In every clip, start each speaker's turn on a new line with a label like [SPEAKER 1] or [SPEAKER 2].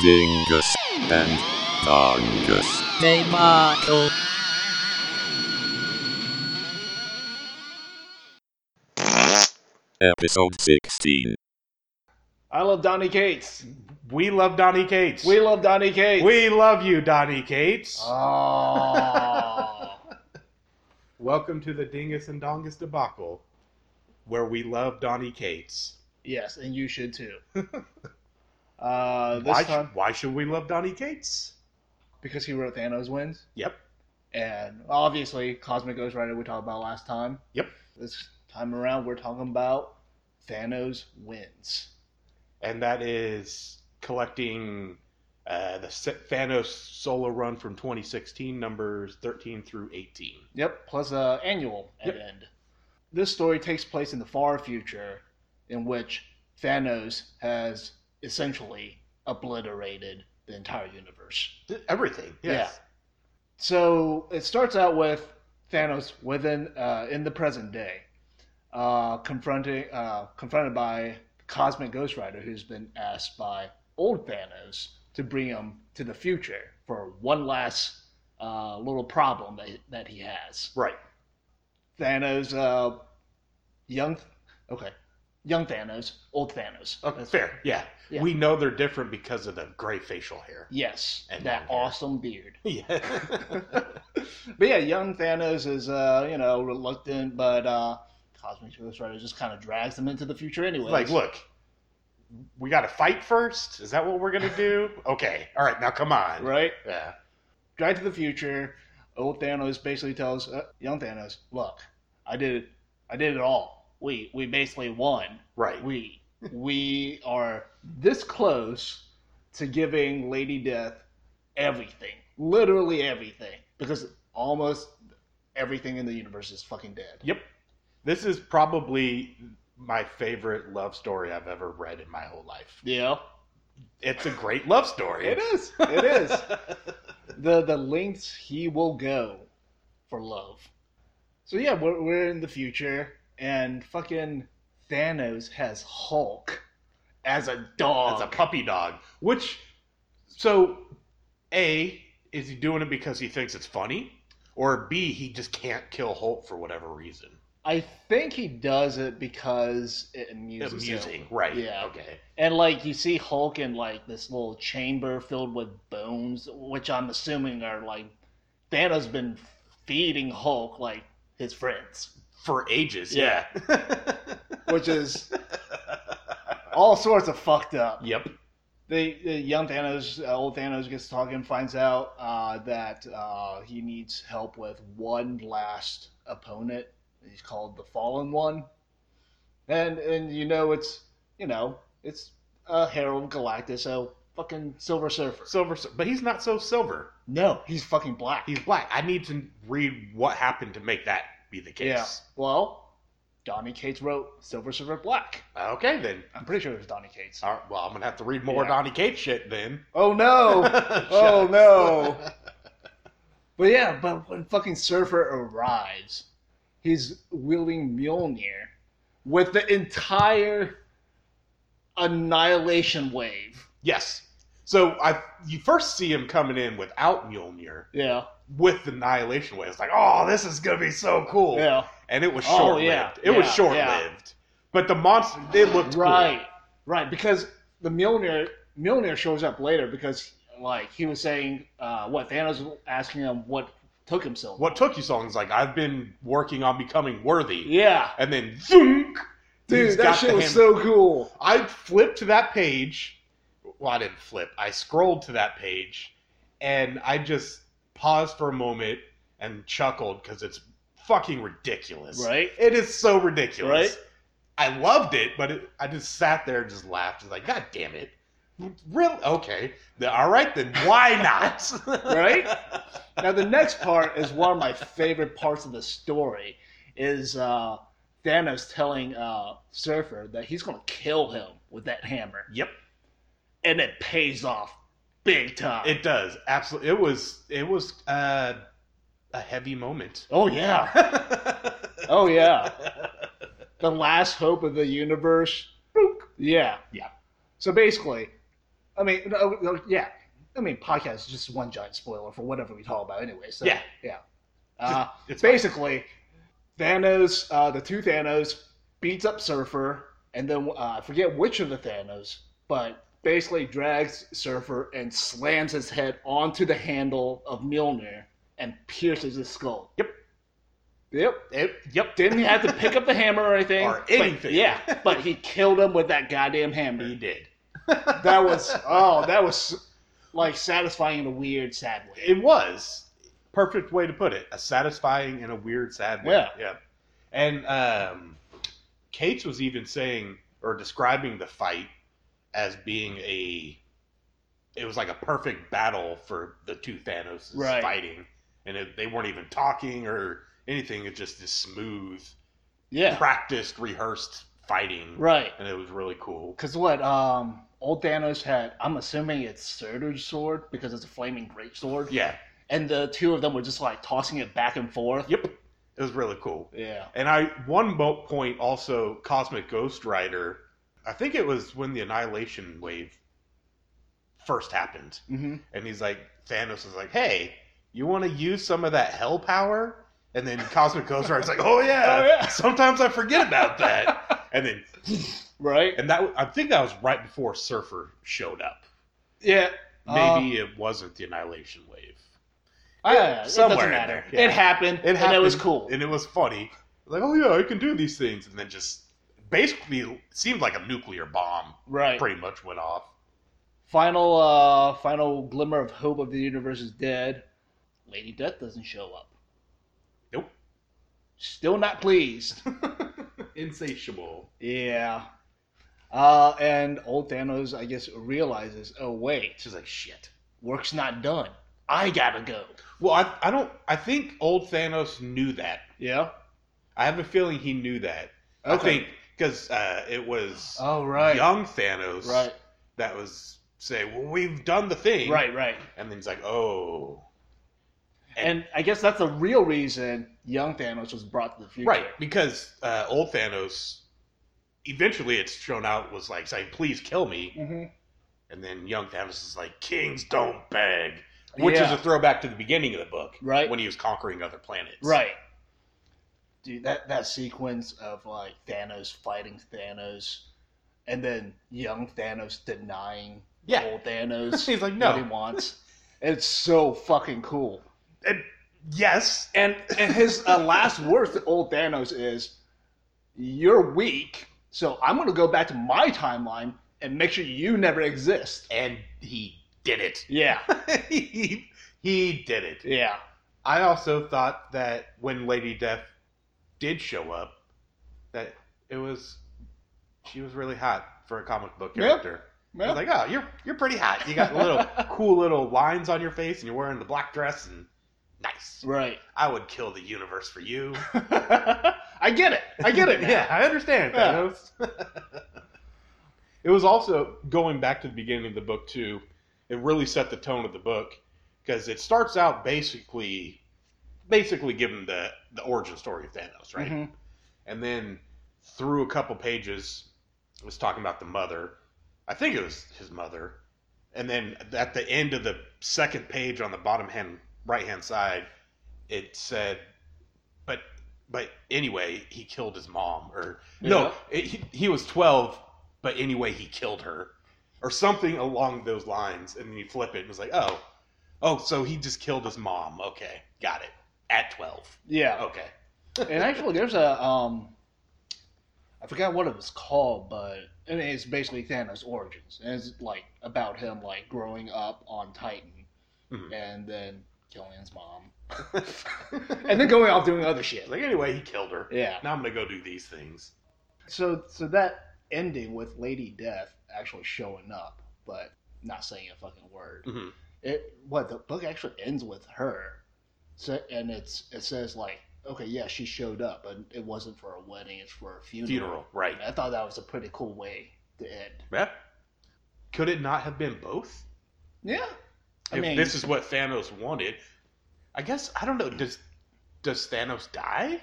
[SPEAKER 1] Dingus and Dongus.
[SPEAKER 2] Tomato.
[SPEAKER 1] Episode 16.
[SPEAKER 3] I love Donnie Cates.
[SPEAKER 4] We love Donnie Cates.
[SPEAKER 3] We love Donnie Cates.
[SPEAKER 4] We love you, Donnie Cates.
[SPEAKER 3] Oh.
[SPEAKER 4] Welcome to the Dingus and Dongus debacle, where we love Donnie Cates.
[SPEAKER 3] yes, and you should too. Uh, this
[SPEAKER 4] Why, sh-
[SPEAKER 3] time,
[SPEAKER 4] why should we love Donnie Cates?
[SPEAKER 3] because he wrote Thanos wins,
[SPEAKER 4] Yep.
[SPEAKER 3] and obviously Cosmic Ghost Rider we talked about last time.
[SPEAKER 4] Yep.
[SPEAKER 3] This time around, we're talking about Thanos wins.
[SPEAKER 4] And that is collecting uh, the Se- Thanos solo run from 2016, numbers 13 through 18.
[SPEAKER 3] Yep, plus uh, annual at
[SPEAKER 4] Yep.
[SPEAKER 3] end. This story takes place in the far future, in which Thanos has essentially obliterated the entire universe.
[SPEAKER 4] Th- Everything. Yes.
[SPEAKER 3] So it starts out with Thanos within uh, in the present day, uh, confronting uh, confronted by Cosmic Ghost Rider, who's been asked by old Thanos to bring him to the future for one last uh, little problem that, that he has.
[SPEAKER 4] Right.
[SPEAKER 3] Thanos, uh, young, okay, young Thanos, old Thanos.
[SPEAKER 4] Okay, fair. Yeah.
[SPEAKER 3] Yeah.
[SPEAKER 4] We know they're different because of the gray facial hair.
[SPEAKER 3] Yes,
[SPEAKER 4] And
[SPEAKER 3] that
[SPEAKER 4] long hair.
[SPEAKER 3] awesome beard.
[SPEAKER 4] Yeah.
[SPEAKER 3] But yeah, young Thanos is uh, you know reluctant, but uh, Cosmic Ghost Rider just kind of drags them into the future anyway.
[SPEAKER 4] like, look, we got to fight first. Is that what we're gonna do? Okay, all right, now come on.
[SPEAKER 3] right?
[SPEAKER 4] Yeah.
[SPEAKER 3] Drag to the future. Old Thanos basically tells uh, young Thanos, "Look, I did it. I did it all. We we basically won.
[SPEAKER 4] Right.
[SPEAKER 3] We we are this close to giving Lady Death everything, literally everything, because almost everything in the universe is fucking dead."
[SPEAKER 4] yep. This is probably my favorite love story I've ever read in my whole life.
[SPEAKER 3] Yeah.
[SPEAKER 4] It's a great love story.
[SPEAKER 3] It is. It is. the the lengths he will go for love. So yeah, we're, we're in the future, and fucking Thanos has Hulk as a dog.
[SPEAKER 4] It's a puppy dog. Which, so, a is he doing it because he thinks it's funny, or b he just can't kill Hulk for whatever reason?
[SPEAKER 3] I think he does it because it amuses
[SPEAKER 4] Amusing,
[SPEAKER 3] him.
[SPEAKER 4] right?
[SPEAKER 3] Yeah.
[SPEAKER 4] Okay.
[SPEAKER 3] And like you see Hulk in like this little chamber filled with bones, which I'm assuming are like Thanos been feeding Hulk like his friends,
[SPEAKER 4] For ages.
[SPEAKER 3] Yeah.
[SPEAKER 4] yeah.
[SPEAKER 3] which is all sorts of fucked up.
[SPEAKER 4] yep.
[SPEAKER 3] the, the young Thanos, uh, old Thanos gets talking, finds out uh, that uh, he needs help with one last opponent. He's called the Fallen One, and and you know it's you know it's uh, Harold Galactus, so fucking Silver Surfer.
[SPEAKER 4] Silver, Sur- but he's not so silver.
[SPEAKER 3] No, he's fucking black.
[SPEAKER 4] He's black. I need to read what happened to make that be the
[SPEAKER 3] yeah.
[SPEAKER 4] case.
[SPEAKER 3] Well, Donny Cates wrote Silver Surfer Black.
[SPEAKER 4] Okay, then.
[SPEAKER 3] I'm pretty sure it was Donny Cates.
[SPEAKER 4] All right, well, I'm gonna have to read more
[SPEAKER 3] Yeah.
[SPEAKER 4] Donny Cates shit then.
[SPEAKER 3] Oh no. Oh,
[SPEAKER 4] Shucks.
[SPEAKER 3] no. But yeah, but when fucking Surfer arrives, he's wielding Mjolnir with the entire annihilation wave.
[SPEAKER 4] yes. So I, you first see him coming in without Mjolnir,
[SPEAKER 3] Yeah,
[SPEAKER 4] with the Annihilation Wave. It's like, oh, this is gonna be so cool.
[SPEAKER 3] yeah,
[SPEAKER 4] And it was
[SPEAKER 3] Oh,
[SPEAKER 4] short lived.
[SPEAKER 3] yeah,
[SPEAKER 4] It was
[SPEAKER 3] yeah,
[SPEAKER 4] short lived. But the monster, it looked
[SPEAKER 3] right, right. Because the Mjolnir Mjolnir shows up later because like he was saying, uh, what Thanos was asking him what took him so long.
[SPEAKER 4] Cool. What took you so long is like I've been working on becoming worthy,
[SPEAKER 3] Yeah,
[SPEAKER 4] and then zoom.
[SPEAKER 3] dude,
[SPEAKER 4] he's
[SPEAKER 3] that
[SPEAKER 4] got
[SPEAKER 3] shit
[SPEAKER 4] the
[SPEAKER 3] was
[SPEAKER 4] hammer.
[SPEAKER 3] so cool.
[SPEAKER 4] I flipped to that page. Well, I didn't flip. I scrolled to that page, and I just paused for a moment and chuckled because it's fucking ridiculous.
[SPEAKER 3] Right?
[SPEAKER 4] It is so ridiculous.
[SPEAKER 3] Right?
[SPEAKER 4] I loved it, but it, I just sat there and just laughed. It's like, God damn it. Really? Okay. Then- all right, then why not?
[SPEAKER 3] Right? now the next part is one of my favorite parts of the story is uh, thanos telling uh, surfer that he's going to kill him with that hammer
[SPEAKER 4] yep,
[SPEAKER 3] and it pays off big time
[SPEAKER 4] it does. Absolutely. It was, it was uh, a heavy moment.
[SPEAKER 3] oh yeah oh yeah the last hope of the universe Boop. yeah
[SPEAKER 4] Yeah.
[SPEAKER 3] so basically I mean, no, no, yeah. I mean, podcast is just one giant spoiler for whatever we talk about anyway. So
[SPEAKER 4] Yeah.
[SPEAKER 3] yeah. Uh,
[SPEAKER 4] It's
[SPEAKER 3] basically, Thanos, uh, the two Thanos, beats up Surfer, and then uh, I forget which of the Thanos, but basically drags Surfer and slams his head onto the handle of Mjolnir and pierces his skull.
[SPEAKER 4] Yep.
[SPEAKER 3] Yep.
[SPEAKER 4] It, yep.
[SPEAKER 3] Didn't have to pick up the hammer or anything.
[SPEAKER 4] Or
[SPEAKER 3] but-
[SPEAKER 4] anything.
[SPEAKER 3] yeah, but he killed him with that goddamn hammer
[SPEAKER 4] He did.
[SPEAKER 3] that was oh that was like satisfying in a weird sad way
[SPEAKER 4] It was perfect way to put it. A satisfying and a weird, sad. way.
[SPEAKER 3] Yeah.
[SPEAKER 4] yeah. And um, Cates was even saying or describing the fight as being a. It was like a perfect battle for the two Thanos
[SPEAKER 3] Right.
[SPEAKER 4] fighting, and it, they weren't even talking or anything. It's just this smooth,
[SPEAKER 3] yeah
[SPEAKER 4] practiced, rehearsed fighting,
[SPEAKER 3] right
[SPEAKER 4] and it was really cool.
[SPEAKER 3] because what um old thanos had i'm assuming it's surtur's sword because it's a flaming great sword
[SPEAKER 4] Yeah,
[SPEAKER 3] and the two of them were just like tossing it back and forth
[SPEAKER 4] yep, it was really cool.
[SPEAKER 3] yeah
[SPEAKER 4] And I one mo- point also Cosmic Ghost Rider. I think it was when the Annihilation Wave first happened,
[SPEAKER 3] hmm
[SPEAKER 4] and he's like Thanos is like, "Hey, you want to use some of that Hell power?" And then Cosmic Ghost Rider's like, "Oh yeah,
[SPEAKER 3] Oh, yeah.
[SPEAKER 4] sometimes I forget about that." and then
[SPEAKER 3] right
[SPEAKER 4] and that I think that was right before Surfer showed up.
[SPEAKER 3] yeah
[SPEAKER 4] Maybe
[SPEAKER 3] Um,
[SPEAKER 4] it wasn't the Annihilation Wave.
[SPEAKER 3] uh, yeah, it
[SPEAKER 4] somewhere
[SPEAKER 3] doesn't
[SPEAKER 4] in
[SPEAKER 3] matter
[SPEAKER 4] there, yeah.
[SPEAKER 3] it happened
[SPEAKER 4] It
[SPEAKER 3] and it was
[SPEAKER 4] happened,
[SPEAKER 3] cool
[SPEAKER 4] and it was funny. Like, oh yeah, I can do these things, and then just basically seemed like a nuclear bomb
[SPEAKER 3] right
[SPEAKER 4] pretty much went off.
[SPEAKER 3] final uh final glimmer of hope of the universe is dead lady death doesn't show up
[SPEAKER 4] Nope.
[SPEAKER 3] still not pleased
[SPEAKER 4] Insatiable.
[SPEAKER 3] Yeah. Uh, and old Thanos, I guess, realizes, oh wait,
[SPEAKER 4] She's like, shit.
[SPEAKER 3] work's not done. I gotta go.
[SPEAKER 4] Well, I, I don't. I think old Thanos knew that.
[SPEAKER 3] Yeah.
[SPEAKER 4] I have a feeling he knew that. I think because uh, it was
[SPEAKER 3] Oh right.
[SPEAKER 4] young Thanos
[SPEAKER 3] Right.
[SPEAKER 4] that was saying, "Well, we've done the thing,"
[SPEAKER 3] Right. Right.
[SPEAKER 4] And then he's like, "Oh,
[SPEAKER 3] And I guess that's the real reason young Thanos was brought to the future.
[SPEAKER 4] Right, because uh, old Thanos, eventually it's shown out was like saying, "Please kill me,"
[SPEAKER 3] hmm
[SPEAKER 4] and then young Thanos is like, "Kings don't beg," which is
[SPEAKER 3] Yeah.
[SPEAKER 4] a throwback to the beginning of the book,
[SPEAKER 3] Right.
[SPEAKER 4] When he was conquering other planets,
[SPEAKER 3] Right. Dude, that that sequence of like Thanos fighting Thanos, and then young Thanos denying
[SPEAKER 4] Yeah,
[SPEAKER 3] old Thanos
[SPEAKER 4] he's like,
[SPEAKER 3] what he
[SPEAKER 4] "No,
[SPEAKER 3] wants. It's so fucking cool.
[SPEAKER 4] yes,
[SPEAKER 3] And and his uh, last words to old Thanos is, "You're weak, so I'm gonna go back to my timeline and make sure you never exist."
[SPEAKER 4] and he did it.
[SPEAKER 3] Yeah,
[SPEAKER 4] he, he did it.
[SPEAKER 3] yeah,
[SPEAKER 4] I also thought that when Lady Death did show up, that it was she was really hot for a comic book
[SPEAKER 3] Yeah.
[SPEAKER 4] character. I
[SPEAKER 3] yeah.
[SPEAKER 4] was like, oh, you're you're pretty hot. You got little cool little lines on your face, and you're wearing the black dress, and nice.
[SPEAKER 3] right.
[SPEAKER 4] I would kill the universe for you.
[SPEAKER 3] I get it. I get it. now.
[SPEAKER 4] yeah, I understand.
[SPEAKER 3] Yeah.
[SPEAKER 4] Thanos. it was also going back to the beginning of the book too. It really set the tone of the book because it starts out basically, basically giving the the origin story of Thanos, right?
[SPEAKER 3] Mhm.
[SPEAKER 4] and then through a couple pages it was talking about the mother i think it was his mother and then at the end of the second page on the bottom hand right hand side it said but but anyway he killed his mom or no it, he, he was 12 but anyway he killed her or something along those lines and then you flip it and it's like oh oh so he just killed his mom okay got it at 12
[SPEAKER 3] yeah.
[SPEAKER 4] okay
[SPEAKER 3] And actually, there's a um, I forgot what it was called, but I mean, it's basically Thanos' origins, and it's like about him like growing up on Titan,
[SPEAKER 4] Mhm.
[SPEAKER 3] and then killing his mom, and then going off doing other shit.
[SPEAKER 4] like anyway he killed her
[SPEAKER 3] Yeah.
[SPEAKER 4] Now I'm gonna go do these things.
[SPEAKER 3] So so that ending with Lady Death actually showing up, but not saying a fucking word.
[SPEAKER 4] Mhm.
[SPEAKER 3] It what the book actually ends with her. So and it's it says like okay yeah she showed up but it wasn't for a wedding it's for a funeral.
[SPEAKER 4] Funeral, right?
[SPEAKER 3] I thought that was a pretty cool way to end.
[SPEAKER 4] Yeah. Could it not have been both?
[SPEAKER 3] Yeah. I
[SPEAKER 4] if
[SPEAKER 3] mean
[SPEAKER 4] this is what Thanos wanted, I guess I don't know. Does does Thanos die?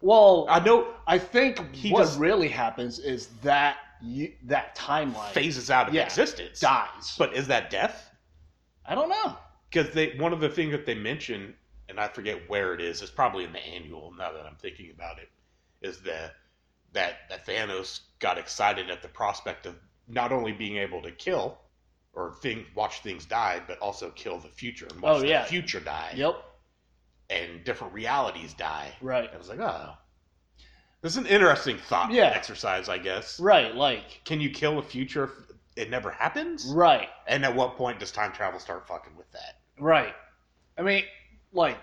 [SPEAKER 3] well
[SPEAKER 4] I know
[SPEAKER 3] I think
[SPEAKER 4] He
[SPEAKER 3] what
[SPEAKER 4] just-
[SPEAKER 3] really happens is that you, that timeline
[SPEAKER 4] phases out of
[SPEAKER 3] Yeah.
[SPEAKER 4] existence.
[SPEAKER 3] dies.
[SPEAKER 4] But is that death?
[SPEAKER 3] I don't know.
[SPEAKER 4] Because they one of the things that they mention, and I forget where it is. It's probably in the annual. Now that I'm thinking about it, is the that that Thanos got excited at the prospect of not only being able to kill or thing watch things die, but also kill the future and watch
[SPEAKER 3] Oh, yeah.
[SPEAKER 4] the future die
[SPEAKER 3] Yep.
[SPEAKER 4] and different realities die.
[SPEAKER 3] Right.
[SPEAKER 4] I was like, oh, this is an interesting thought
[SPEAKER 3] Yeah.
[SPEAKER 4] exercise, I guess.
[SPEAKER 3] Right. Like.
[SPEAKER 4] Can you kill a future if it never happens?
[SPEAKER 3] Right.
[SPEAKER 4] And at what point does time travel start fucking with that?
[SPEAKER 3] Right. I mean, like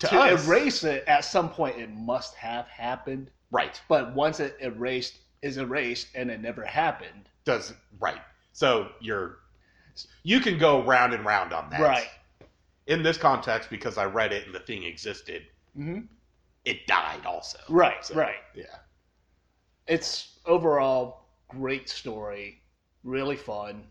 [SPEAKER 3] to,
[SPEAKER 4] us.
[SPEAKER 3] erase it at some point, it must have happened.
[SPEAKER 4] right?
[SPEAKER 3] But once it erased is erased and it never happened.
[SPEAKER 4] Does right? So you're you can go round and round on that,
[SPEAKER 3] Right.
[SPEAKER 4] In this context, because I read it and the thing existed,
[SPEAKER 3] hmm
[SPEAKER 4] it died also.
[SPEAKER 3] Right.
[SPEAKER 4] Mm-hmm. So,
[SPEAKER 3] Right.
[SPEAKER 4] Yeah.
[SPEAKER 3] It's overall great story, really fun,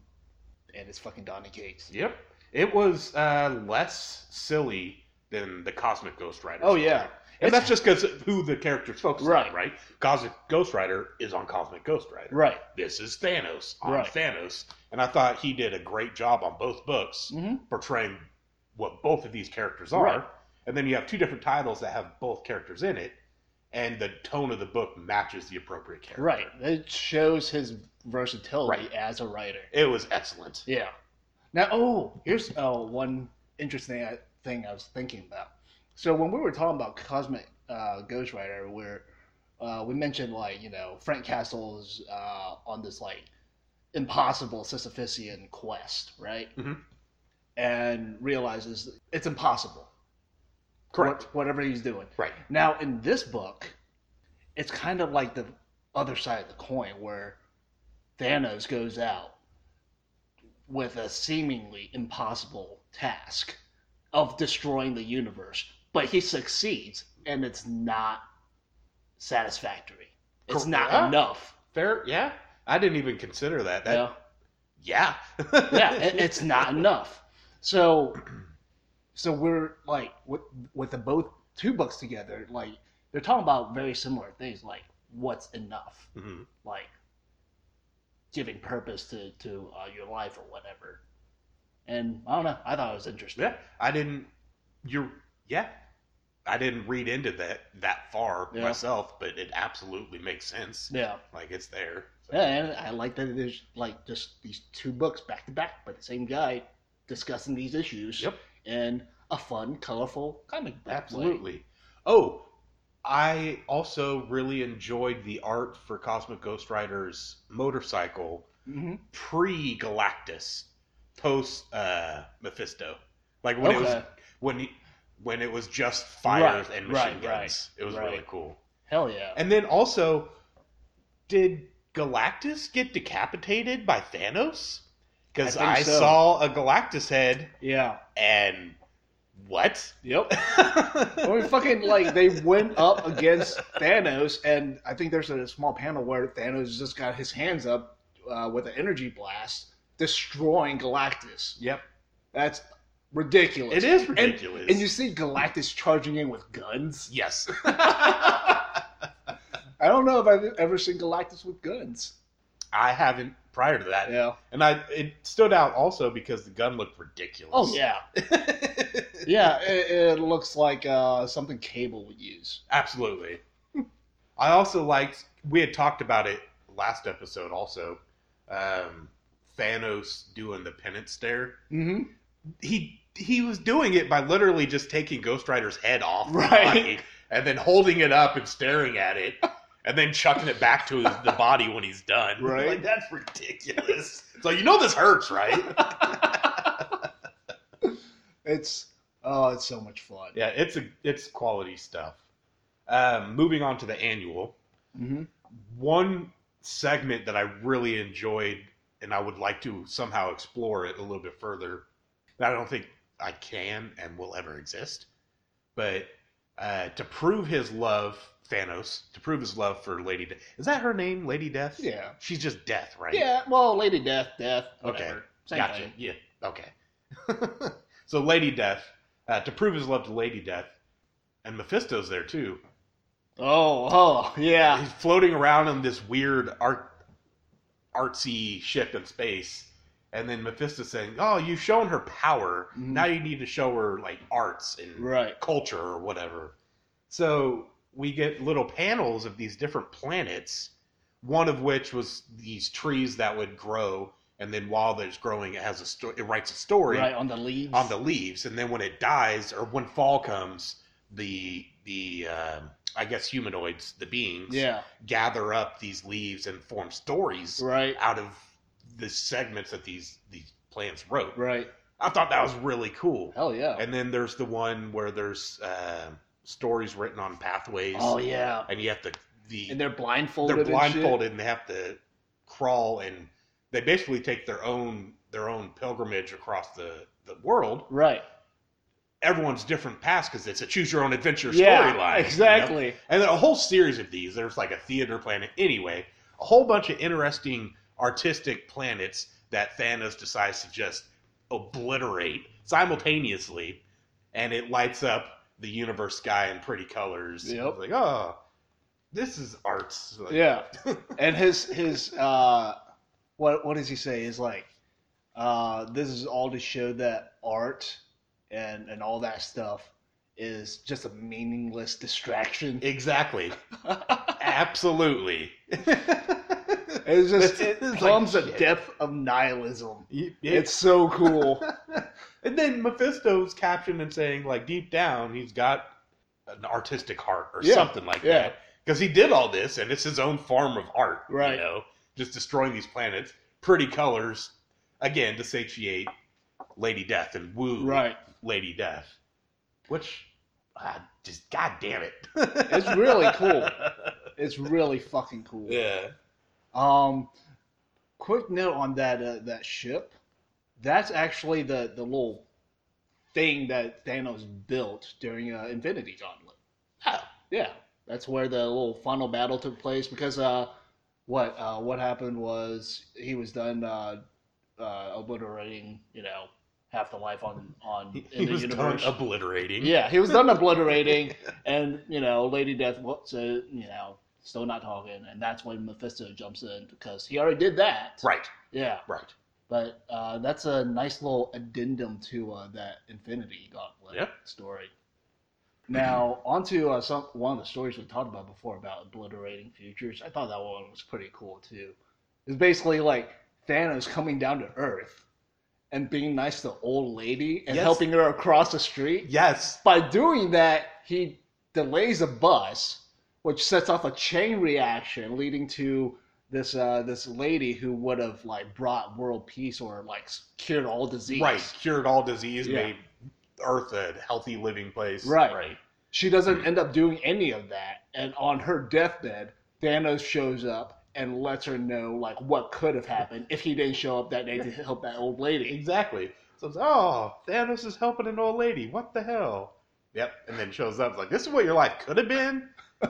[SPEAKER 3] and it's fucking Donny Cates.
[SPEAKER 4] Yep. It was uh, less silly than the Cosmic Ghost Rider.
[SPEAKER 3] Oh, yeah.
[SPEAKER 4] And
[SPEAKER 3] It's-
[SPEAKER 4] that's just because who the character's focused
[SPEAKER 3] Right.
[SPEAKER 4] on, right? Cosmic Ghost Rider is on Cosmic Ghost Rider.
[SPEAKER 3] Right.
[SPEAKER 4] This is Thanos on
[SPEAKER 3] Right.
[SPEAKER 4] Thanos. And I thought he did a great job on both books
[SPEAKER 3] hmm
[SPEAKER 4] portraying what both of these characters are.
[SPEAKER 3] Right.
[SPEAKER 4] And then you have two different titles that have both characters in it, and the tone of the book matches the appropriate character.
[SPEAKER 3] Right. It shows his versatility
[SPEAKER 4] Right.
[SPEAKER 3] as a writer.
[SPEAKER 4] It was excellent.
[SPEAKER 3] Yeah. Now, oh, here's oh, one interesting uh, thing I was thinking about. So when we were talking about Cosmic uh, Ghost Rider, where uh, we mentioned like you know Frank Castle's uh, on this like impossible Sisyphusian quest, right?
[SPEAKER 4] Mhm.
[SPEAKER 3] And realizes it's impossible.
[SPEAKER 4] Correct.
[SPEAKER 3] what- whatever he's doing.
[SPEAKER 4] Right.
[SPEAKER 3] Now, in this book, it's kind of like the other side of the coin where Thanos goes out with a seemingly impossible task of destroying the universe, but he succeeds and it's not satisfactory. It's not
[SPEAKER 4] Correct.
[SPEAKER 3] enough.
[SPEAKER 4] Fair. Yeah. I didn't even consider that. That
[SPEAKER 3] you know?
[SPEAKER 4] Yeah.
[SPEAKER 3] yeah, it, it's not enough. So, so we're like with with the both two books together, like they're talking about very similar things, like what's enough,
[SPEAKER 4] Mhm.
[SPEAKER 3] like giving purpose to to uh, your life or whatever. And I don't know. I thought it was interesting.
[SPEAKER 4] Yeah. I didn't. You're. Yeah. I didn't read into that that far
[SPEAKER 3] Yeah.
[SPEAKER 4] myself, but it absolutely makes sense.
[SPEAKER 3] Yeah.
[SPEAKER 4] Like it's there. So,
[SPEAKER 3] Yeah, and I like that there's like just these two books back to back by the same guy discussing these issues
[SPEAKER 4] Yep.
[SPEAKER 3] in a fun, colorful comic book. way.
[SPEAKER 4] Absolutely. Oh, I also really enjoyed the art for Cosmic Ghost Rider's motorcycle
[SPEAKER 3] Mhm.
[SPEAKER 4] pre Galactus, post uh, Mephisto. Like when it was
[SPEAKER 3] Okay.
[SPEAKER 4] when he, when it was just fires
[SPEAKER 3] Right,
[SPEAKER 4] and machine
[SPEAKER 3] right,
[SPEAKER 4] guns. It was really
[SPEAKER 3] right.
[SPEAKER 4] cool.
[SPEAKER 3] Hell yeah.
[SPEAKER 4] And then also, did Galactus get decapitated by Thanos? Because
[SPEAKER 3] I think
[SPEAKER 4] I,
[SPEAKER 3] so.
[SPEAKER 4] saw a Galactus head
[SPEAKER 3] yeah.
[SPEAKER 4] and what?
[SPEAKER 3] Yep. Well, we fucking like they went up against Thanos, and I think there's a small panel where Thanos just got his hands up uh, with an energy blast, destroying Galactus.
[SPEAKER 4] yep.
[SPEAKER 3] That's ridiculous.
[SPEAKER 4] It is
[SPEAKER 3] And-
[SPEAKER 4] ridiculous.
[SPEAKER 3] And, you see Galactus charging in with guns.
[SPEAKER 4] yes.
[SPEAKER 3] I don't know if I've ever seen Galactus with guns.
[SPEAKER 4] I haven't prior to that,
[SPEAKER 3] Yeah.
[SPEAKER 4] and I it stood out also because the gun looked ridiculous.
[SPEAKER 3] Oh yeah. yeah. It, it looks like uh, something Cable would use.
[SPEAKER 4] Absolutely. I also liked. We had talked about it last episode. Also, um, Thanos doing the penance stare.
[SPEAKER 3] Mm-hmm.
[SPEAKER 4] He he was doing it by literally just taking Ghost Rider's head off the
[SPEAKER 3] Right.
[SPEAKER 4] body and then holding it up and staring at it. And then chucking it back to his, the body when he's done.
[SPEAKER 3] Right.
[SPEAKER 4] Like, that's ridiculous. So, you know, this hurts, right?
[SPEAKER 3] It's oh, it's so much fun.
[SPEAKER 4] yeah, it's, a, it's quality stuff. Um, moving on to the annual.
[SPEAKER 3] Mm-hmm.
[SPEAKER 4] one segment that I really enjoyed, and I would like to somehow explore it a little bit further. That I don't think I can and will ever exist, but uh, to prove his love, Thanos, to prove his love for Lady Death. Is that her name, Lady Death?
[SPEAKER 3] Yeah.
[SPEAKER 4] She's just Death, right?
[SPEAKER 3] Yeah, well, Lady Death, Death,
[SPEAKER 4] Okay.
[SPEAKER 3] whatever. Same
[SPEAKER 4] Gotcha.
[SPEAKER 3] thing.
[SPEAKER 4] Yeah. Okay. so Lady Death, uh, to prove his love to Lady Death, and Mephisto's there too.
[SPEAKER 3] Oh, oh, yeah.
[SPEAKER 4] He's floating around in this weird arc, artsy ship in space. And then Mephisto saying, "Oh, you've shown her power.
[SPEAKER 3] Mhm.
[SPEAKER 4] Now you need to show her like arts and
[SPEAKER 3] Right.
[SPEAKER 4] culture or whatever." So we get little panels of these different planets, one of which was these trees that would grow, and then while there's growing, it has a story. It writes a story
[SPEAKER 3] Right on the leaves.
[SPEAKER 4] on the leaves, and then when it dies or when fall comes, the the um I guess humanoids, the beings,
[SPEAKER 3] yeah.
[SPEAKER 4] gather up these leaves and form stories
[SPEAKER 3] Right.
[SPEAKER 4] out of the segments that these these plants wrote.
[SPEAKER 3] Right.
[SPEAKER 4] I thought that was really cool.
[SPEAKER 3] Hell yeah.
[SPEAKER 4] And then there's the one where there's uh, stories written on pathways,
[SPEAKER 3] oh yeah.
[SPEAKER 4] and you have to the
[SPEAKER 3] And they're blindfolded.
[SPEAKER 4] they're
[SPEAKER 3] and shit.
[SPEAKER 4] blindfolded and they have to crawl and they basically take their own their own pilgrimage across the the world
[SPEAKER 3] Right.
[SPEAKER 4] everyone's different paths because it's a choose your own adventure
[SPEAKER 3] yeah.
[SPEAKER 4] storyline. you know?
[SPEAKER 3] Exactly.
[SPEAKER 4] And then a whole series of these. There's like a theater planet. Anyway, a whole bunch of interesting artistic planets that Thanos decides to just obliterate simultaneously. And it lights up the universe sky in pretty colors.
[SPEAKER 3] Yep.
[SPEAKER 4] It's like, oh, this is arts. Like,
[SPEAKER 3] Yeah. and his his uh, what what does he say? Is like, uh, this is all to show that art and and all that stuff is just a meaningless distraction.
[SPEAKER 4] Exactly. Absolutely.
[SPEAKER 3] It's just
[SPEAKER 4] It's-
[SPEAKER 3] it
[SPEAKER 4] it's like
[SPEAKER 3] comes a
[SPEAKER 4] shit.
[SPEAKER 3] depth of nihilism.
[SPEAKER 4] You-
[SPEAKER 3] It's so cool.
[SPEAKER 4] and then Mephisto's captioned and saying, like, deep down, he's got an artistic heart or
[SPEAKER 3] Yeah,
[SPEAKER 4] something like
[SPEAKER 3] yeah.
[SPEAKER 4] that. Because he did all this, and it's his own form of art.
[SPEAKER 3] Right.
[SPEAKER 4] You know, just destroying these planets, pretty colors, again, to satiate Lady Death and woo
[SPEAKER 3] right.
[SPEAKER 4] Lady Death. Which, uh, just, god damn it.
[SPEAKER 3] It's really cool. It's really fucking cool.
[SPEAKER 4] yeah.
[SPEAKER 3] Um, quick note on that uh, that ship. That's actually the the little thing that Thanos built during uh, Infinity Gauntlet.
[SPEAKER 4] Oh.
[SPEAKER 3] Yeah, that's where the little final battle took place because uh, what uh, what happened was he was done uh, uh, obliterating you know half the life on on
[SPEAKER 4] He,
[SPEAKER 3] in
[SPEAKER 4] he
[SPEAKER 3] the
[SPEAKER 4] was done
[SPEAKER 3] universe.
[SPEAKER 4] obliterating.
[SPEAKER 3] Yeah, he was done obliterating, and you know, Lady Death. What? So you know, still not talking, and that's when Mephisto jumps in because he already did that.
[SPEAKER 4] Right,
[SPEAKER 3] Yeah,
[SPEAKER 4] right.
[SPEAKER 3] but uh, that's a nice little addendum to uh, that Infinity Gauntlet
[SPEAKER 4] Yeah.
[SPEAKER 3] story. Now, onto uh, some one of the stories we talked about before about obliterating futures. I thought that one was pretty cool too. It's basically like Thanos coming down to Earth and being nice to the old lady and
[SPEAKER 4] Yes.
[SPEAKER 3] helping her across the street
[SPEAKER 4] Yes.
[SPEAKER 3] by doing that, he delays a bus, which sets off a chain reaction, leading to this uh, this lady who would have like brought world peace or like cured all disease.
[SPEAKER 4] Right. Cured all disease,
[SPEAKER 3] Yeah.
[SPEAKER 4] made Earth a healthy living place.
[SPEAKER 3] Right. Hmm.
[SPEAKER 4] Right.
[SPEAKER 3] She doesn't end up doing any of that, and on her deathbed, Thanos shows up and lets her know like what could have happened if he didn't show up that day to help that old lady.
[SPEAKER 4] Exactly. So it's, oh, Thanos is helping an old lady. What the hell? Yep. And then shows up. It's like, this is what your life could have been.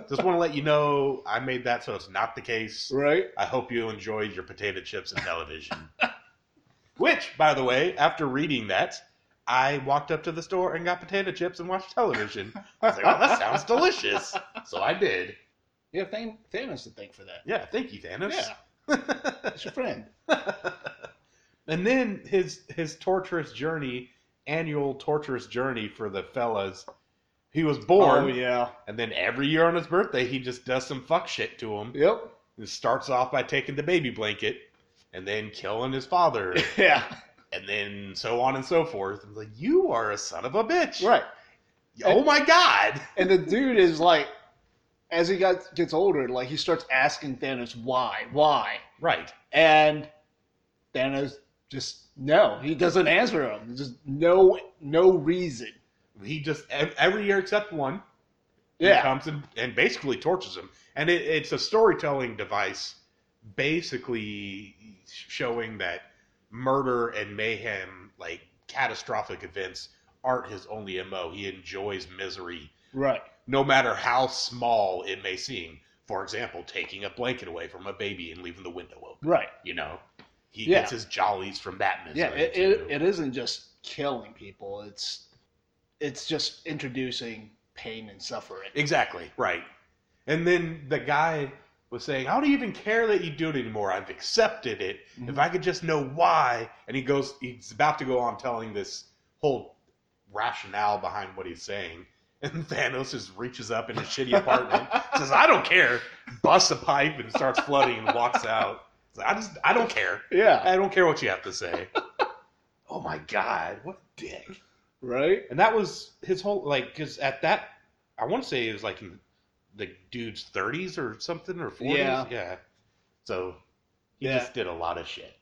[SPEAKER 4] Just want to let you know I made that so it's not the case.
[SPEAKER 3] Right?
[SPEAKER 4] I hope you enjoyed your potato chips and television. Which, by the way, after reading that, I walked up to the store and got potato chips and watched television. I was like, oh, that sounds delicious. So I did.
[SPEAKER 3] Yeah, Than- Thanos to thank for that.
[SPEAKER 4] Yeah, thank you, Thanos.
[SPEAKER 3] Yeah, it's your friend.
[SPEAKER 4] and then his his torturous journey, annual torturous journey for the fellas. He was born,
[SPEAKER 3] Oh yeah.
[SPEAKER 4] and then every year on his birthday, he just does some fuck shit to him.
[SPEAKER 3] Yep.
[SPEAKER 4] It starts off by taking the baby blanket, and then killing his father,
[SPEAKER 3] Yeah.
[SPEAKER 4] and then so on and so forth. I'm like, you are a son of a bitch.
[SPEAKER 3] Right.
[SPEAKER 4] Oh my god.
[SPEAKER 3] And the dude is like, as he got, gets older, like he starts asking Thanos why, why,
[SPEAKER 4] Right.
[SPEAKER 3] and Thanos just no, he doesn't answer him. There's Just no, no reason.
[SPEAKER 4] He just ev- every year except one. He
[SPEAKER 3] Yeah,
[SPEAKER 4] comes and, and basically tortures him. And it, it's a storytelling device, basically showing that murder and mayhem, like catastrophic events, aren't his only MO. He enjoys misery,
[SPEAKER 3] right.
[SPEAKER 4] no matter how small it may seem. For example, taking a blanket away from a baby and leaving the window open.
[SPEAKER 3] Right.
[SPEAKER 4] You know, he
[SPEAKER 3] Yeah.
[SPEAKER 4] gets his jollies from that misery.
[SPEAKER 3] Yeah. It,
[SPEAKER 4] too.
[SPEAKER 3] it, it isn't just killing people. It's it's just introducing pain and suffering.
[SPEAKER 4] Exactly. Right. And then the guy was saying, I don't even care that you do it anymore. I've accepted it. If I could just know why. And he goes, he's about to go on telling this whole rationale behind what he's saying. And Thanos just reaches up in his shitty apartment, says, I don't care, busts a pipe and starts flooding and walks out. He's like, I just, I don't care.
[SPEAKER 3] Yeah,
[SPEAKER 4] I don't care what you have to say. oh my God, what a dick.
[SPEAKER 3] right?
[SPEAKER 4] And that was his whole like because at that I want to say it was like in the dude's thirties or something or forties.
[SPEAKER 3] Yeah.
[SPEAKER 4] So he
[SPEAKER 3] Yeah.
[SPEAKER 4] just did a lot of shit.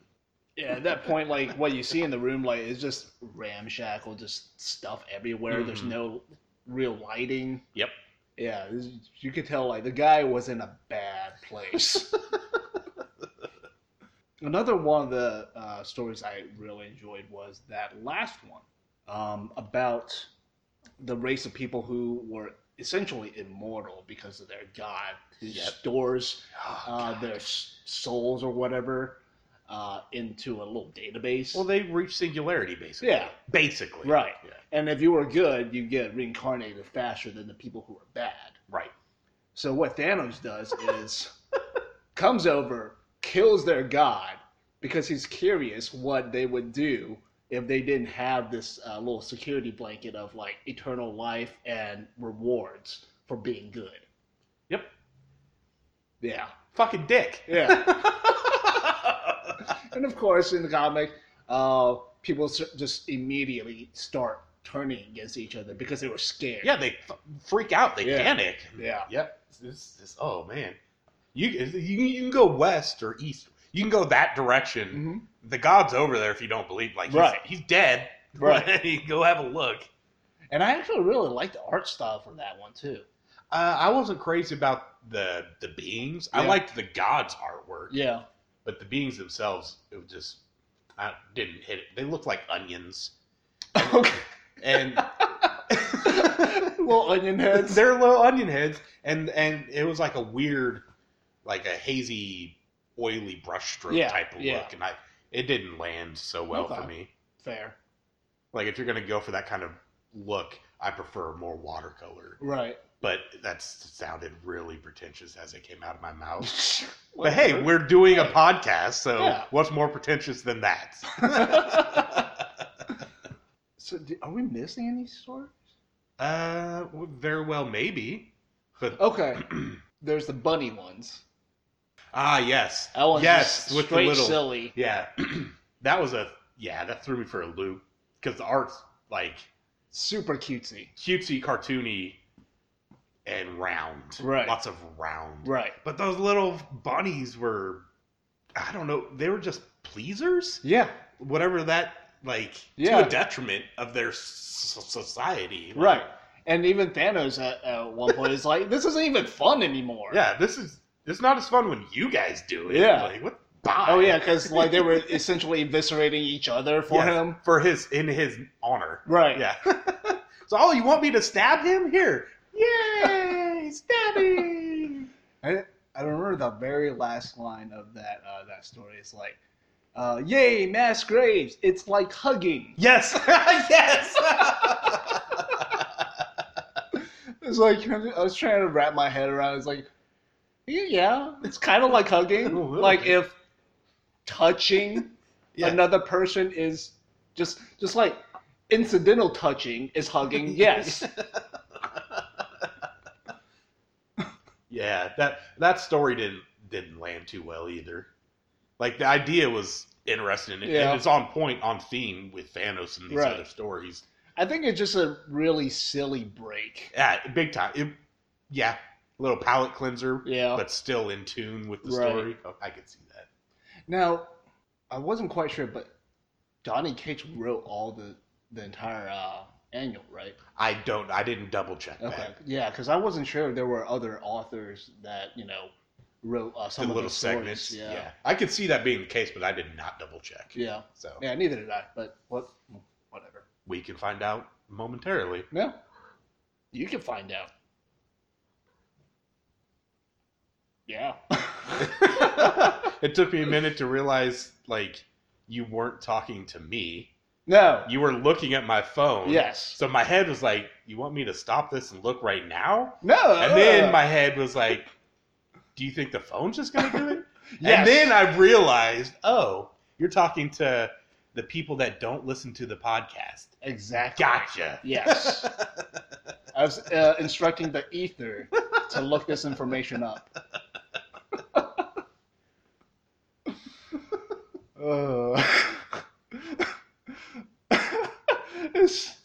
[SPEAKER 3] Yeah, at that point, like what you see in the room, like is just ramshackle, just stuff everywhere. There's
[SPEAKER 4] Mhm.
[SPEAKER 3] no real lighting.
[SPEAKER 4] Yep.
[SPEAKER 3] Yeah, this- you could tell like the guy was in a bad place. Another one of the uh, stories I really enjoyed was that last one um, about the race of people who were essentially immortal because of their god who
[SPEAKER 4] Yep. Oh,
[SPEAKER 3] stores uh,
[SPEAKER 4] God.
[SPEAKER 3] their s- souls or whatever uh, into a little database.
[SPEAKER 4] well, they reached singularity basically.
[SPEAKER 3] yeah,
[SPEAKER 4] Basically.
[SPEAKER 3] Right.
[SPEAKER 4] Yeah.
[SPEAKER 3] and if you were good, you get reincarnated faster than the people who are bad.
[SPEAKER 4] Right.
[SPEAKER 3] So what Thanos does is comes over, kills their god because he's curious what they would do if they didn't have this uh, little security blanket of like eternal life and rewards for being good.
[SPEAKER 4] Yep.
[SPEAKER 3] Yeah.
[SPEAKER 4] Fucking dick.
[SPEAKER 3] Yeah. And of course, in the comic, uh, people s- just immediately start turning against each other because they were scared.
[SPEAKER 4] yeah, they f- freak out. They
[SPEAKER 3] Yeah.
[SPEAKER 4] panic.
[SPEAKER 3] Yeah.
[SPEAKER 4] Yep. This, this, oh man, you, you can- you can go west or east. You can go that direction.
[SPEAKER 3] Mhm.
[SPEAKER 4] The god's over there if you don't believe. Like he's,
[SPEAKER 3] Right.
[SPEAKER 4] he's dead.
[SPEAKER 3] Right.
[SPEAKER 4] go have a look.
[SPEAKER 3] And I actually really like the art style for that one too.
[SPEAKER 4] Uh, I wasn't crazy about the the beings. I
[SPEAKER 3] Yeah.
[SPEAKER 4] liked the gods' artwork,
[SPEAKER 3] Yeah.
[SPEAKER 4] but the beings themselves, it was just I didn't hit it. They looked like onions,
[SPEAKER 3] Okay.
[SPEAKER 4] and
[SPEAKER 3] Little onion heads.
[SPEAKER 4] they're little onion heads, and and it was like a weird, like a hazy, oily brushstroke
[SPEAKER 3] Yeah,
[SPEAKER 4] type of
[SPEAKER 3] yeah.
[SPEAKER 4] look, and I it didn't land so well for
[SPEAKER 3] Okay.
[SPEAKER 4] me.
[SPEAKER 3] Fair.
[SPEAKER 4] Like if you're gonna go for that kind of look, I prefer more watercolor.
[SPEAKER 3] Right.
[SPEAKER 4] But that sounded really pretentious as it came out of my mouth. But
[SPEAKER 3] Whatever.
[SPEAKER 4] hey, we're doing a podcast, so
[SPEAKER 3] Yeah.
[SPEAKER 4] what's more pretentious than that?
[SPEAKER 3] So, d- are we missing any stories?
[SPEAKER 4] uh, well, very well, maybe. But
[SPEAKER 3] Okay. There's the bunny ones.
[SPEAKER 4] ah, yes,
[SPEAKER 3] That one's
[SPEAKER 4] yes,
[SPEAKER 3] just
[SPEAKER 4] with the
[SPEAKER 3] straight
[SPEAKER 4] little,
[SPEAKER 3] silly.
[SPEAKER 4] yeah, that was a yeah, that threw me for a loop because the art's like
[SPEAKER 3] Super cutesy.
[SPEAKER 4] cutesy, cartoony, and round,
[SPEAKER 3] Right.
[SPEAKER 4] Lots of round,
[SPEAKER 3] Right.
[SPEAKER 4] But those little bunnies were, I don't know, they were just pleasers.
[SPEAKER 3] Yeah.
[SPEAKER 4] whatever that like
[SPEAKER 3] Yeah.
[SPEAKER 4] to a detriment of their s- society. Like,
[SPEAKER 3] Right. And even Thanos at, at one point is like, this isn't even fun anymore.
[SPEAKER 4] Yeah, this is it's not as fun when you guys do it.
[SPEAKER 3] Yeah.
[SPEAKER 4] Like what? Bye.
[SPEAKER 3] Oh yeah, because like they were essentially eviscerating each other for
[SPEAKER 4] Yes,
[SPEAKER 3] him.
[SPEAKER 4] for his in his honor.
[SPEAKER 3] Right.
[SPEAKER 4] Yeah. so oh, you want me to stab him here? Yay! Stabbing.
[SPEAKER 3] I, I remember the very last line of that uh, that story is like, uh, "Yay, mass graves! It's like hugging."
[SPEAKER 4] yes. yes.
[SPEAKER 3] It's like I was trying to wrap my head around. It's like, yeah, yeah, it's kind of like
[SPEAKER 4] A
[SPEAKER 3] hugging.
[SPEAKER 4] little
[SPEAKER 3] Like
[SPEAKER 4] bit.
[SPEAKER 3] if touching
[SPEAKER 4] Yeah.
[SPEAKER 3] another person is just just like incidental touching is hugging. Yes.
[SPEAKER 4] Yeah, that that story didn't didn't land too well either. Like the idea was interesting, and,
[SPEAKER 3] Yeah.
[SPEAKER 4] and it's on point, on theme with Thanos and these
[SPEAKER 3] Right.
[SPEAKER 4] other stories.
[SPEAKER 3] I think it's just a really silly break.
[SPEAKER 4] Yeah, big time. It, yeah, little palate cleanser,
[SPEAKER 3] Yeah.
[SPEAKER 4] but still in tune with the
[SPEAKER 3] Right.
[SPEAKER 4] story. Oh, I could see that.
[SPEAKER 3] Now, I wasn't quite sure, but Donnie Cates wrote all the the entire uh, annual, right?
[SPEAKER 4] I don't. I didn't double check
[SPEAKER 3] Okay,
[SPEAKER 4] that.
[SPEAKER 3] yeah, because I wasn't sure if there were other authors that you know wrote uh,
[SPEAKER 4] The
[SPEAKER 3] some of
[SPEAKER 4] little
[SPEAKER 3] the stories.
[SPEAKER 4] segments.
[SPEAKER 3] Yeah.
[SPEAKER 4] Yeah. I could see that being the case, but I did not double check.
[SPEAKER 3] yeah,
[SPEAKER 4] So
[SPEAKER 3] yeah, Neither did I, but what, whatever.
[SPEAKER 4] we can find out momentarily.
[SPEAKER 3] No, you can find out. Yeah,
[SPEAKER 4] it took me a minute to realize like you weren't talking to me.
[SPEAKER 3] no,
[SPEAKER 4] You were looking at my phone.
[SPEAKER 3] yes,
[SPEAKER 4] So my head was like, "You want me to stop this and look right now?"
[SPEAKER 3] no,
[SPEAKER 4] And then my head was like, "Do do you think the phone's just going to do it?
[SPEAKER 3] Yes.
[SPEAKER 4] And then I realized, oh, you're talking to the people that don't listen to the podcast.
[SPEAKER 3] exactly.
[SPEAKER 4] Gotcha.
[SPEAKER 3] Yes. I was uh, instructing the ether to look this information up. Uh, it's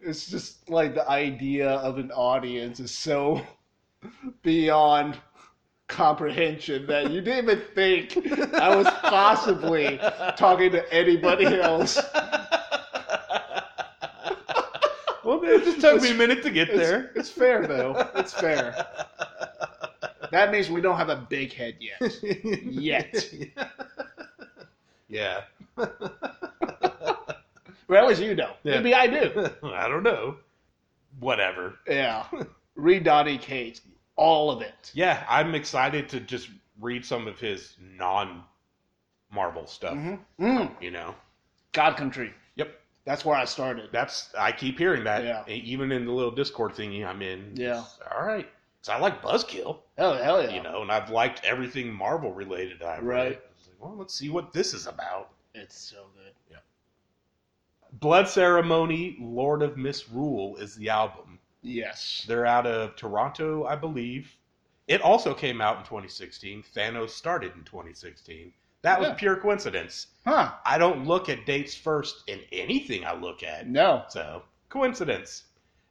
[SPEAKER 3] it's just like the idea of an audience is so beyond comprehension that you didn't even think I was possibly talking to anybody else.
[SPEAKER 4] well, it just took me a minute to get
[SPEAKER 3] It's-
[SPEAKER 4] there.
[SPEAKER 3] It's fair though. It's fair. That means we don't have a big head yet. Yet.
[SPEAKER 4] Yeah.
[SPEAKER 3] Well, at least you know.
[SPEAKER 4] Yeah.
[SPEAKER 3] Maybe I do.
[SPEAKER 4] I don't know. Whatever.
[SPEAKER 3] Yeah. Read Donnie Cates. All of it.
[SPEAKER 4] Yeah, I'm excited to just read some of his non Marvel stuff,
[SPEAKER 3] Mhm. Mm.
[SPEAKER 4] you know.
[SPEAKER 3] God Country.
[SPEAKER 4] Yep.
[SPEAKER 3] That's where I started.
[SPEAKER 4] That's I keep hearing that
[SPEAKER 3] Yeah.
[SPEAKER 4] e- even in the little Discord thingy I'm in.
[SPEAKER 3] Yeah.
[SPEAKER 4] It's, All right. So I like Buzzkill,
[SPEAKER 3] Oh hell yeah!
[SPEAKER 4] you know, and I've liked everything Marvel related I've read.
[SPEAKER 3] Right.
[SPEAKER 4] It's like, well, let's see what this is about.
[SPEAKER 3] It's so good.
[SPEAKER 4] Blood Ceremony, Lord of Misrule is the album.
[SPEAKER 3] Yes.
[SPEAKER 4] They're out of Toronto, I believe. It also came out in 2016. Thanos started in 2016. That was
[SPEAKER 3] Yeah.
[SPEAKER 4] pure coincidence.
[SPEAKER 3] Huh?
[SPEAKER 4] I don't look at dates first in anything I look at.
[SPEAKER 3] No.
[SPEAKER 4] So, coincidence.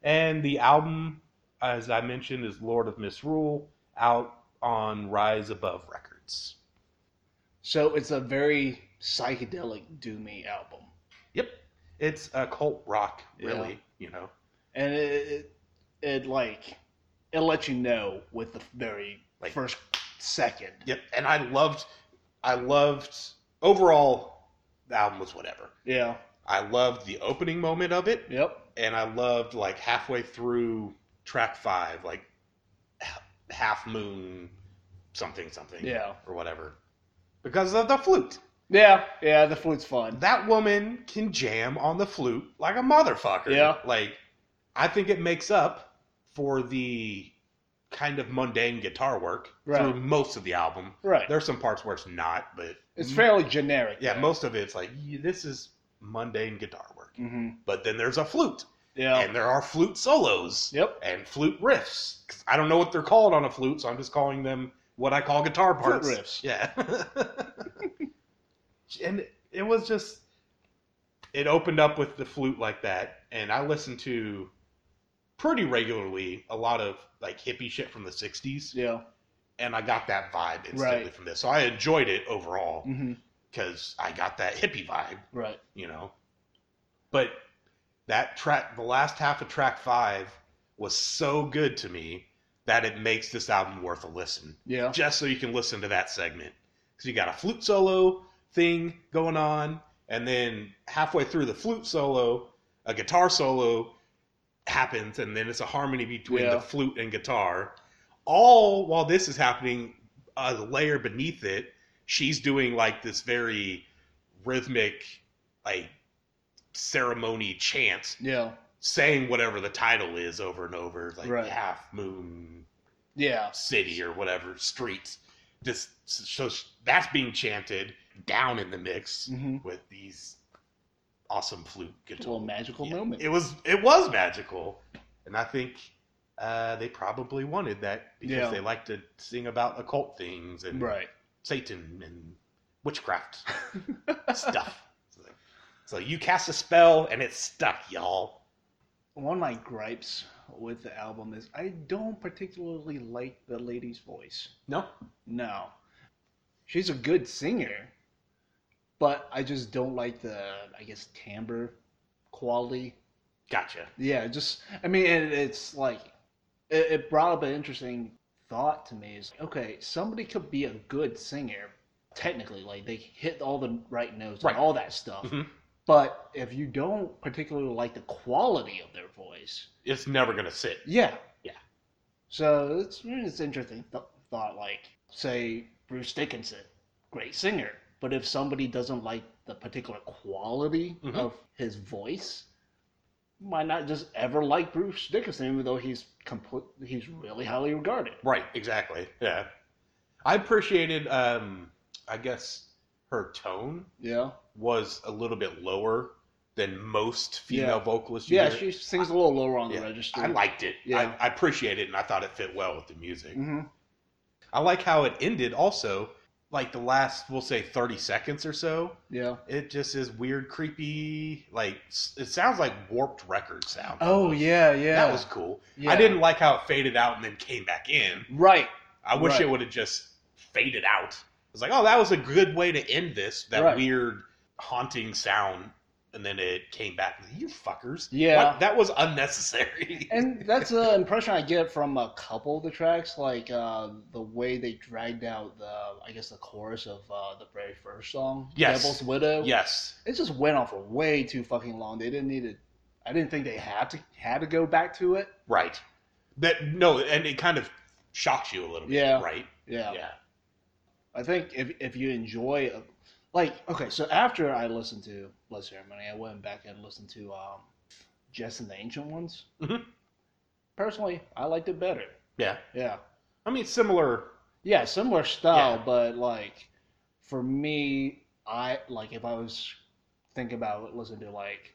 [SPEAKER 4] And the album, as I mentioned, is Lord of Misrule, out on Rise Above Records.
[SPEAKER 3] So it's a very psychedelic doomy album,
[SPEAKER 4] Yep. It's a cult rock, really,
[SPEAKER 3] Yeah.
[SPEAKER 4] you know.
[SPEAKER 3] and it it, it like it lets you know with the very
[SPEAKER 4] Like-
[SPEAKER 3] first second.
[SPEAKER 4] Yep. And I loved, I loved, overall, the album was whatever.
[SPEAKER 3] Yeah.
[SPEAKER 4] I loved the opening moment of it,
[SPEAKER 3] Yep.
[SPEAKER 4] and I loved like halfway through track five, like h- half moon something something
[SPEAKER 3] Yeah.
[SPEAKER 4] or whatever, because of the flute.
[SPEAKER 3] Yeah, yeah, the food's fun.
[SPEAKER 4] That woman can jam on the flute like a motherfucker.
[SPEAKER 3] Yeah.
[SPEAKER 4] like I think it makes up for the kind of mundane guitar work
[SPEAKER 3] Right.
[SPEAKER 4] through most of the album.
[SPEAKER 3] Right.
[SPEAKER 4] There's some parts where it's not, but
[SPEAKER 3] It's fairly generic.
[SPEAKER 4] yeah, most of it's like y- this is mundane guitar work.
[SPEAKER 3] Mm-hmm.
[SPEAKER 4] But then there's a flute,
[SPEAKER 3] Yeah.
[SPEAKER 4] and there are flute solos
[SPEAKER 3] yep.
[SPEAKER 4] and flute riffs. 'Cause I don't know what they're called on a flute, so I'm just calling them what I call guitar
[SPEAKER 3] Flute
[SPEAKER 4] parts.
[SPEAKER 3] riffs.
[SPEAKER 4] Yeah. and it was just it opened up with the flute like that, and I listened to pretty regularly a lot of like hippie shit from the '60s,
[SPEAKER 3] Yeah.
[SPEAKER 4] and I got that vibe instantly
[SPEAKER 3] Right.
[SPEAKER 4] from this. So I enjoyed it overall
[SPEAKER 3] Mm-hmm.
[SPEAKER 4] because I got that hippie vibe
[SPEAKER 3] Right.
[SPEAKER 4] you know. But that track, the last half of track five, was so good to me that it makes this album worth a listen.
[SPEAKER 3] Yeah.
[SPEAKER 4] Just so you can listen to that segment, because you got a flute solo thing going on, and then halfway through the flute solo, a guitar solo happens, and then it's a harmony between
[SPEAKER 3] Yeah.
[SPEAKER 4] the flute and guitar. All while this is happening, a layer beneath it, she's doing like this very rhythmic, like ceremony chant,
[SPEAKER 3] Yeah.
[SPEAKER 4] saying whatever the title is over and over, like
[SPEAKER 3] Right.
[SPEAKER 4] half moon
[SPEAKER 3] Yeah.
[SPEAKER 4] city or whatever streets. Just so that's being chanted down in the mix
[SPEAKER 3] Mm-hmm.
[SPEAKER 4] with these awesome flute
[SPEAKER 3] It's a little
[SPEAKER 4] guitar.
[SPEAKER 3] magical
[SPEAKER 4] Yeah.
[SPEAKER 3] moment.
[SPEAKER 4] It was it was magical, and I think uh, they probably wanted that because
[SPEAKER 3] Yeah.
[SPEAKER 4] they like to sing about occult things and
[SPEAKER 3] right.
[SPEAKER 4] Satan and witchcraft stuff. So you cast a spell and it's stuck, y'all.
[SPEAKER 3] One of my gripes with the album is I don't particularly like the lady's voice.
[SPEAKER 4] No,
[SPEAKER 3] No. She's a good singer, but I just don't like the, I guess, timbre quality
[SPEAKER 4] gotcha.
[SPEAKER 3] Yeah, just I mean, it, it's like it, it brought up an interesting thought to me. Is okay, somebody could be a good singer technically, like they hit all the right notes
[SPEAKER 4] Right.
[SPEAKER 3] and all that stuff.
[SPEAKER 4] Mhm.
[SPEAKER 3] But if you don't particularly like the quality of their voice,
[SPEAKER 4] It's never gonna sit.
[SPEAKER 3] yeah,
[SPEAKER 4] Yeah.
[SPEAKER 3] So it's it's interesting th- thought. Like say Bruce Dickinson, great singer, but if somebody doesn't like the particular quality
[SPEAKER 4] Mhm.
[SPEAKER 3] of his voice, might not just ever like Bruce Dickinson, even though he's complete, he's really highly regarded.
[SPEAKER 4] Right, exactly. Yeah. I appreciated, um, I guess, her tone
[SPEAKER 3] Yeah.
[SPEAKER 4] was a little bit lower than most female
[SPEAKER 3] Yeah.
[SPEAKER 4] vocalists. you
[SPEAKER 3] Yeah, she
[SPEAKER 4] hear.
[SPEAKER 3] sings a little lower on the
[SPEAKER 4] Yeah,
[SPEAKER 3] register.
[SPEAKER 4] I liked it.
[SPEAKER 3] Yeah.
[SPEAKER 4] I, I appreciate it, and I thought it fit well with the music.
[SPEAKER 3] hmm
[SPEAKER 4] I like how it ended. Also, like the last, we'll say, thirty seconds or so.
[SPEAKER 3] Yeah.
[SPEAKER 4] It just is weird, creepy. Like s- it sounds like warped record sound.
[SPEAKER 3] Oh
[SPEAKER 4] almost.
[SPEAKER 3] yeah, yeah.
[SPEAKER 4] that was cool.
[SPEAKER 3] Yeah.
[SPEAKER 4] I didn't like how it faded out and then came back in.
[SPEAKER 3] Right.
[SPEAKER 4] I wish
[SPEAKER 3] Right.
[SPEAKER 4] it would have just faded out. I was like, oh, that was a good way to end this. That
[SPEAKER 3] Right.
[SPEAKER 4] weird haunting sound, and then it came back. You fuckers.
[SPEAKER 3] Yeah.
[SPEAKER 4] What? that was unnecessary.
[SPEAKER 3] And that's the impression I get from a couple of the tracks, like uh, the way they dragged out the, I guess, the chorus of uh, the very first song,
[SPEAKER 4] Yes.
[SPEAKER 3] "Devil's Widow."
[SPEAKER 4] yes.
[SPEAKER 3] it just went on for way too fucking long. They didn't need to. I didn't think they had to had to go back to it.
[SPEAKER 4] Right. That no, and it kind of shocks you a little bit.
[SPEAKER 3] Yeah.
[SPEAKER 4] Right.
[SPEAKER 3] Yeah,
[SPEAKER 4] Yeah.
[SPEAKER 3] I think if if you enjoy, a, like, okay, so after I listened to Blood Ceremony, I went back and listened to um, Jess and the Ancient Ones.
[SPEAKER 4] Mhm.
[SPEAKER 3] Personally, I liked it better.
[SPEAKER 4] Yeah.
[SPEAKER 3] Yeah,
[SPEAKER 4] I mean, similar.
[SPEAKER 3] yeah, similar style,
[SPEAKER 4] Yeah.
[SPEAKER 3] but like, for me, I like if I was thinking about listening to like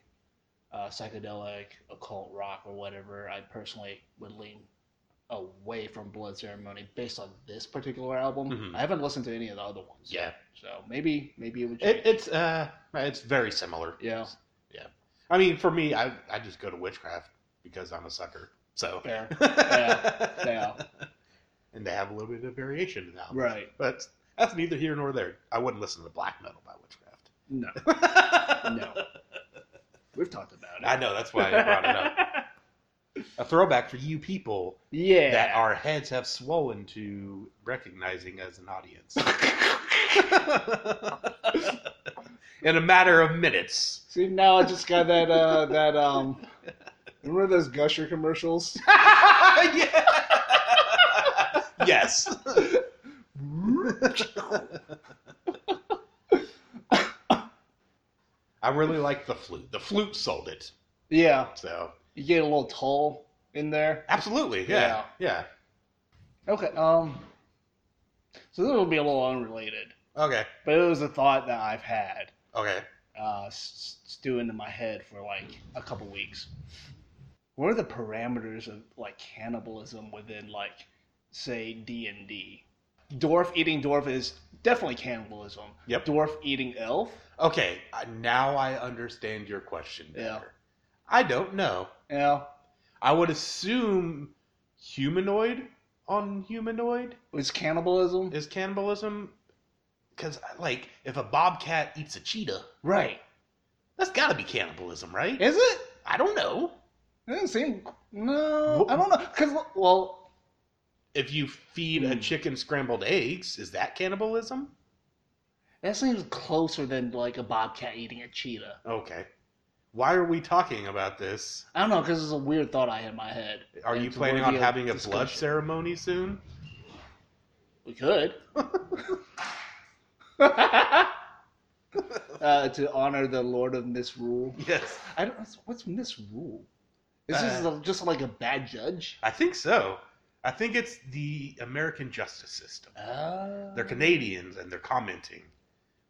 [SPEAKER 3] uh, psychedelic occult rock or whatever, I personally would lean away from Blood Ceremony based on this particular album.
[SPEAKER 4] Mhm.
[SPEAKER 3] I haven't listened to any of the other ones.
[SPEAKER 4] Yeah.
[SPEAKER 3] So maybe maybe it would change.
[SPEAKER 4] It, it's uh, it's very similar.
[SPEAKER 3] yeah.
[SPEAKER 4] I mean, for me, I I just go to witchcraft because I'm a sucker. So.
[SPEAKER 3] Fair.
[SPEAKER 4] Yeah.
[SPEAKER 3] yeah.
[SPEAKER 4] And they have a little bit of variation now.
[SPEAKER 3] Right.
[SPEAKER 4] But that's neither here nor there. I wouldn't listen to black metal by witchcraft.
[SPEAKER 3] No. No. We've talked about it.
[SPEAKER 4] I know that's why I brought it up. A throwback for you people
[SPEAKER 3] yeah.
[SPEAKER 4] that our heads have swollen to recognizing as an audience. In a matter of minutes.
[SPEAKER 3] See now I just got that uh that um remember those Gusher commercials?
[SPEAKER 4] yes. I really like the flute. The flute sold it.
[SPEAKER 3] Yeah.
[SPEAKER 4] So
[SPEAKER 3] You get a little toll in there.
[SPEAKER 4] absolutely, yeah, yeah.
[SPEAKER 3] Okay. Um so this will be a little unrelated.
[SPEAKER 4] Okay,
[SPEAKER 3] But it was a thought that I've had
[SPEAKER 4] okay.
[SPEAKER 3] uh s- stewing in my head for like a couple weeks. What are the parameters of like cannibalism within like say D and D? Dwarf eating dwarf is definitely cannibalism.
[SPEAKER 4] Yep.
[SPEAKER 3] Dwarf eating elf?
[SPEAKER 4] Okay, I- now I understand your question
[SPEAKER 3] Yeah.
[SPEAKER 4] better. I don't know.
[SPEAKER 3] Yeah.
[SPEAKER 4] I would assume humanoid on humanoid
[SPEAKER 3] Is cannibalism?
[SPEAKER 4] is cannibalism. Because, like, if a bobcat eats a cheetah,
[SPEAKER 3] right.
[SPEAKER 4] that's got to be cannibalism, right?
[SPEAKER 3] Is it?
[SPEAKER 4] I don't know.
[SPEAKER 3] It doesn't seem. No,
[SPEAKER 4] Wh-
[SPEAKER 3] I don't know. Cause well,
[SPEAKER 4] If you feed a
[SPEAKER 3] Hmm.
[SPEAKER 4] chicken scrambled eggs, is that cannibalism?
[SPEAKER 3] that seems closer than like a bobcat eating a cheetah.
[SPEAKER 4] Okay. Why are we talking about this?
[SPEAKER 3] I don't know because it's a weird thought I had in my head.
[SPEAKER 4] Are
[SPEAKER 3] And
[SPEAKER 4] you
[SPEAKER 3] it's
[SPEAKER 4] planning on
[SPEAKER 3] worthy of
[SPEAKER 4] having a blood
[SPEAKER 3] discussion.
[SPEAKER 4] ceremony soon?
[SPEAKER 3] We could. uh, to honor the Lord of Misrule.
[SPEAKER 4] Yes.
[SPEAKER 3] I don't. What's Misrule? Is this
[SPEAKER 4] Uh.
[SPEAKER 3] a, just like a bad judge?
[SPEAKER 4] I think so. I think it's the American justice system.
[SPEAKER 3] Uh,
[SPEAKER 4] They're Canadians and they're commenting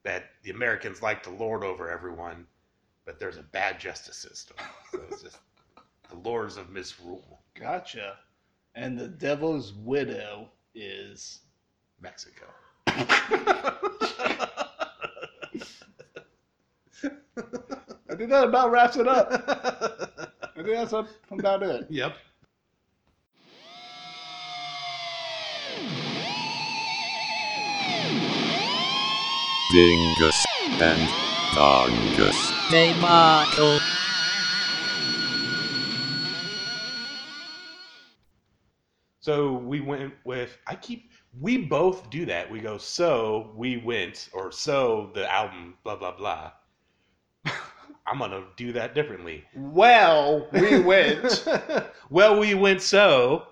[SPEAKER 4] that the Americans like to lord over everyone, but there's a bad justice system. So it's just the lords of misrule,
[SPEAKER 3] Gotcha. And the devil's widow is
[SPEAKER 4] Mexico.
[SPEAKER 3] I think that about wraps it up. I think that's up- about it.
[SPEAKER 4] yep.
[SPEAKER 1] Dingus and Dongus.
[SPEAKER 4] So we went with I keep we both do that. We go so we went or so the album blah blah blah. I'm gonna do that differently.
[SPEAKER 3] Well, we went.
[SPEAKER 4] well, we went so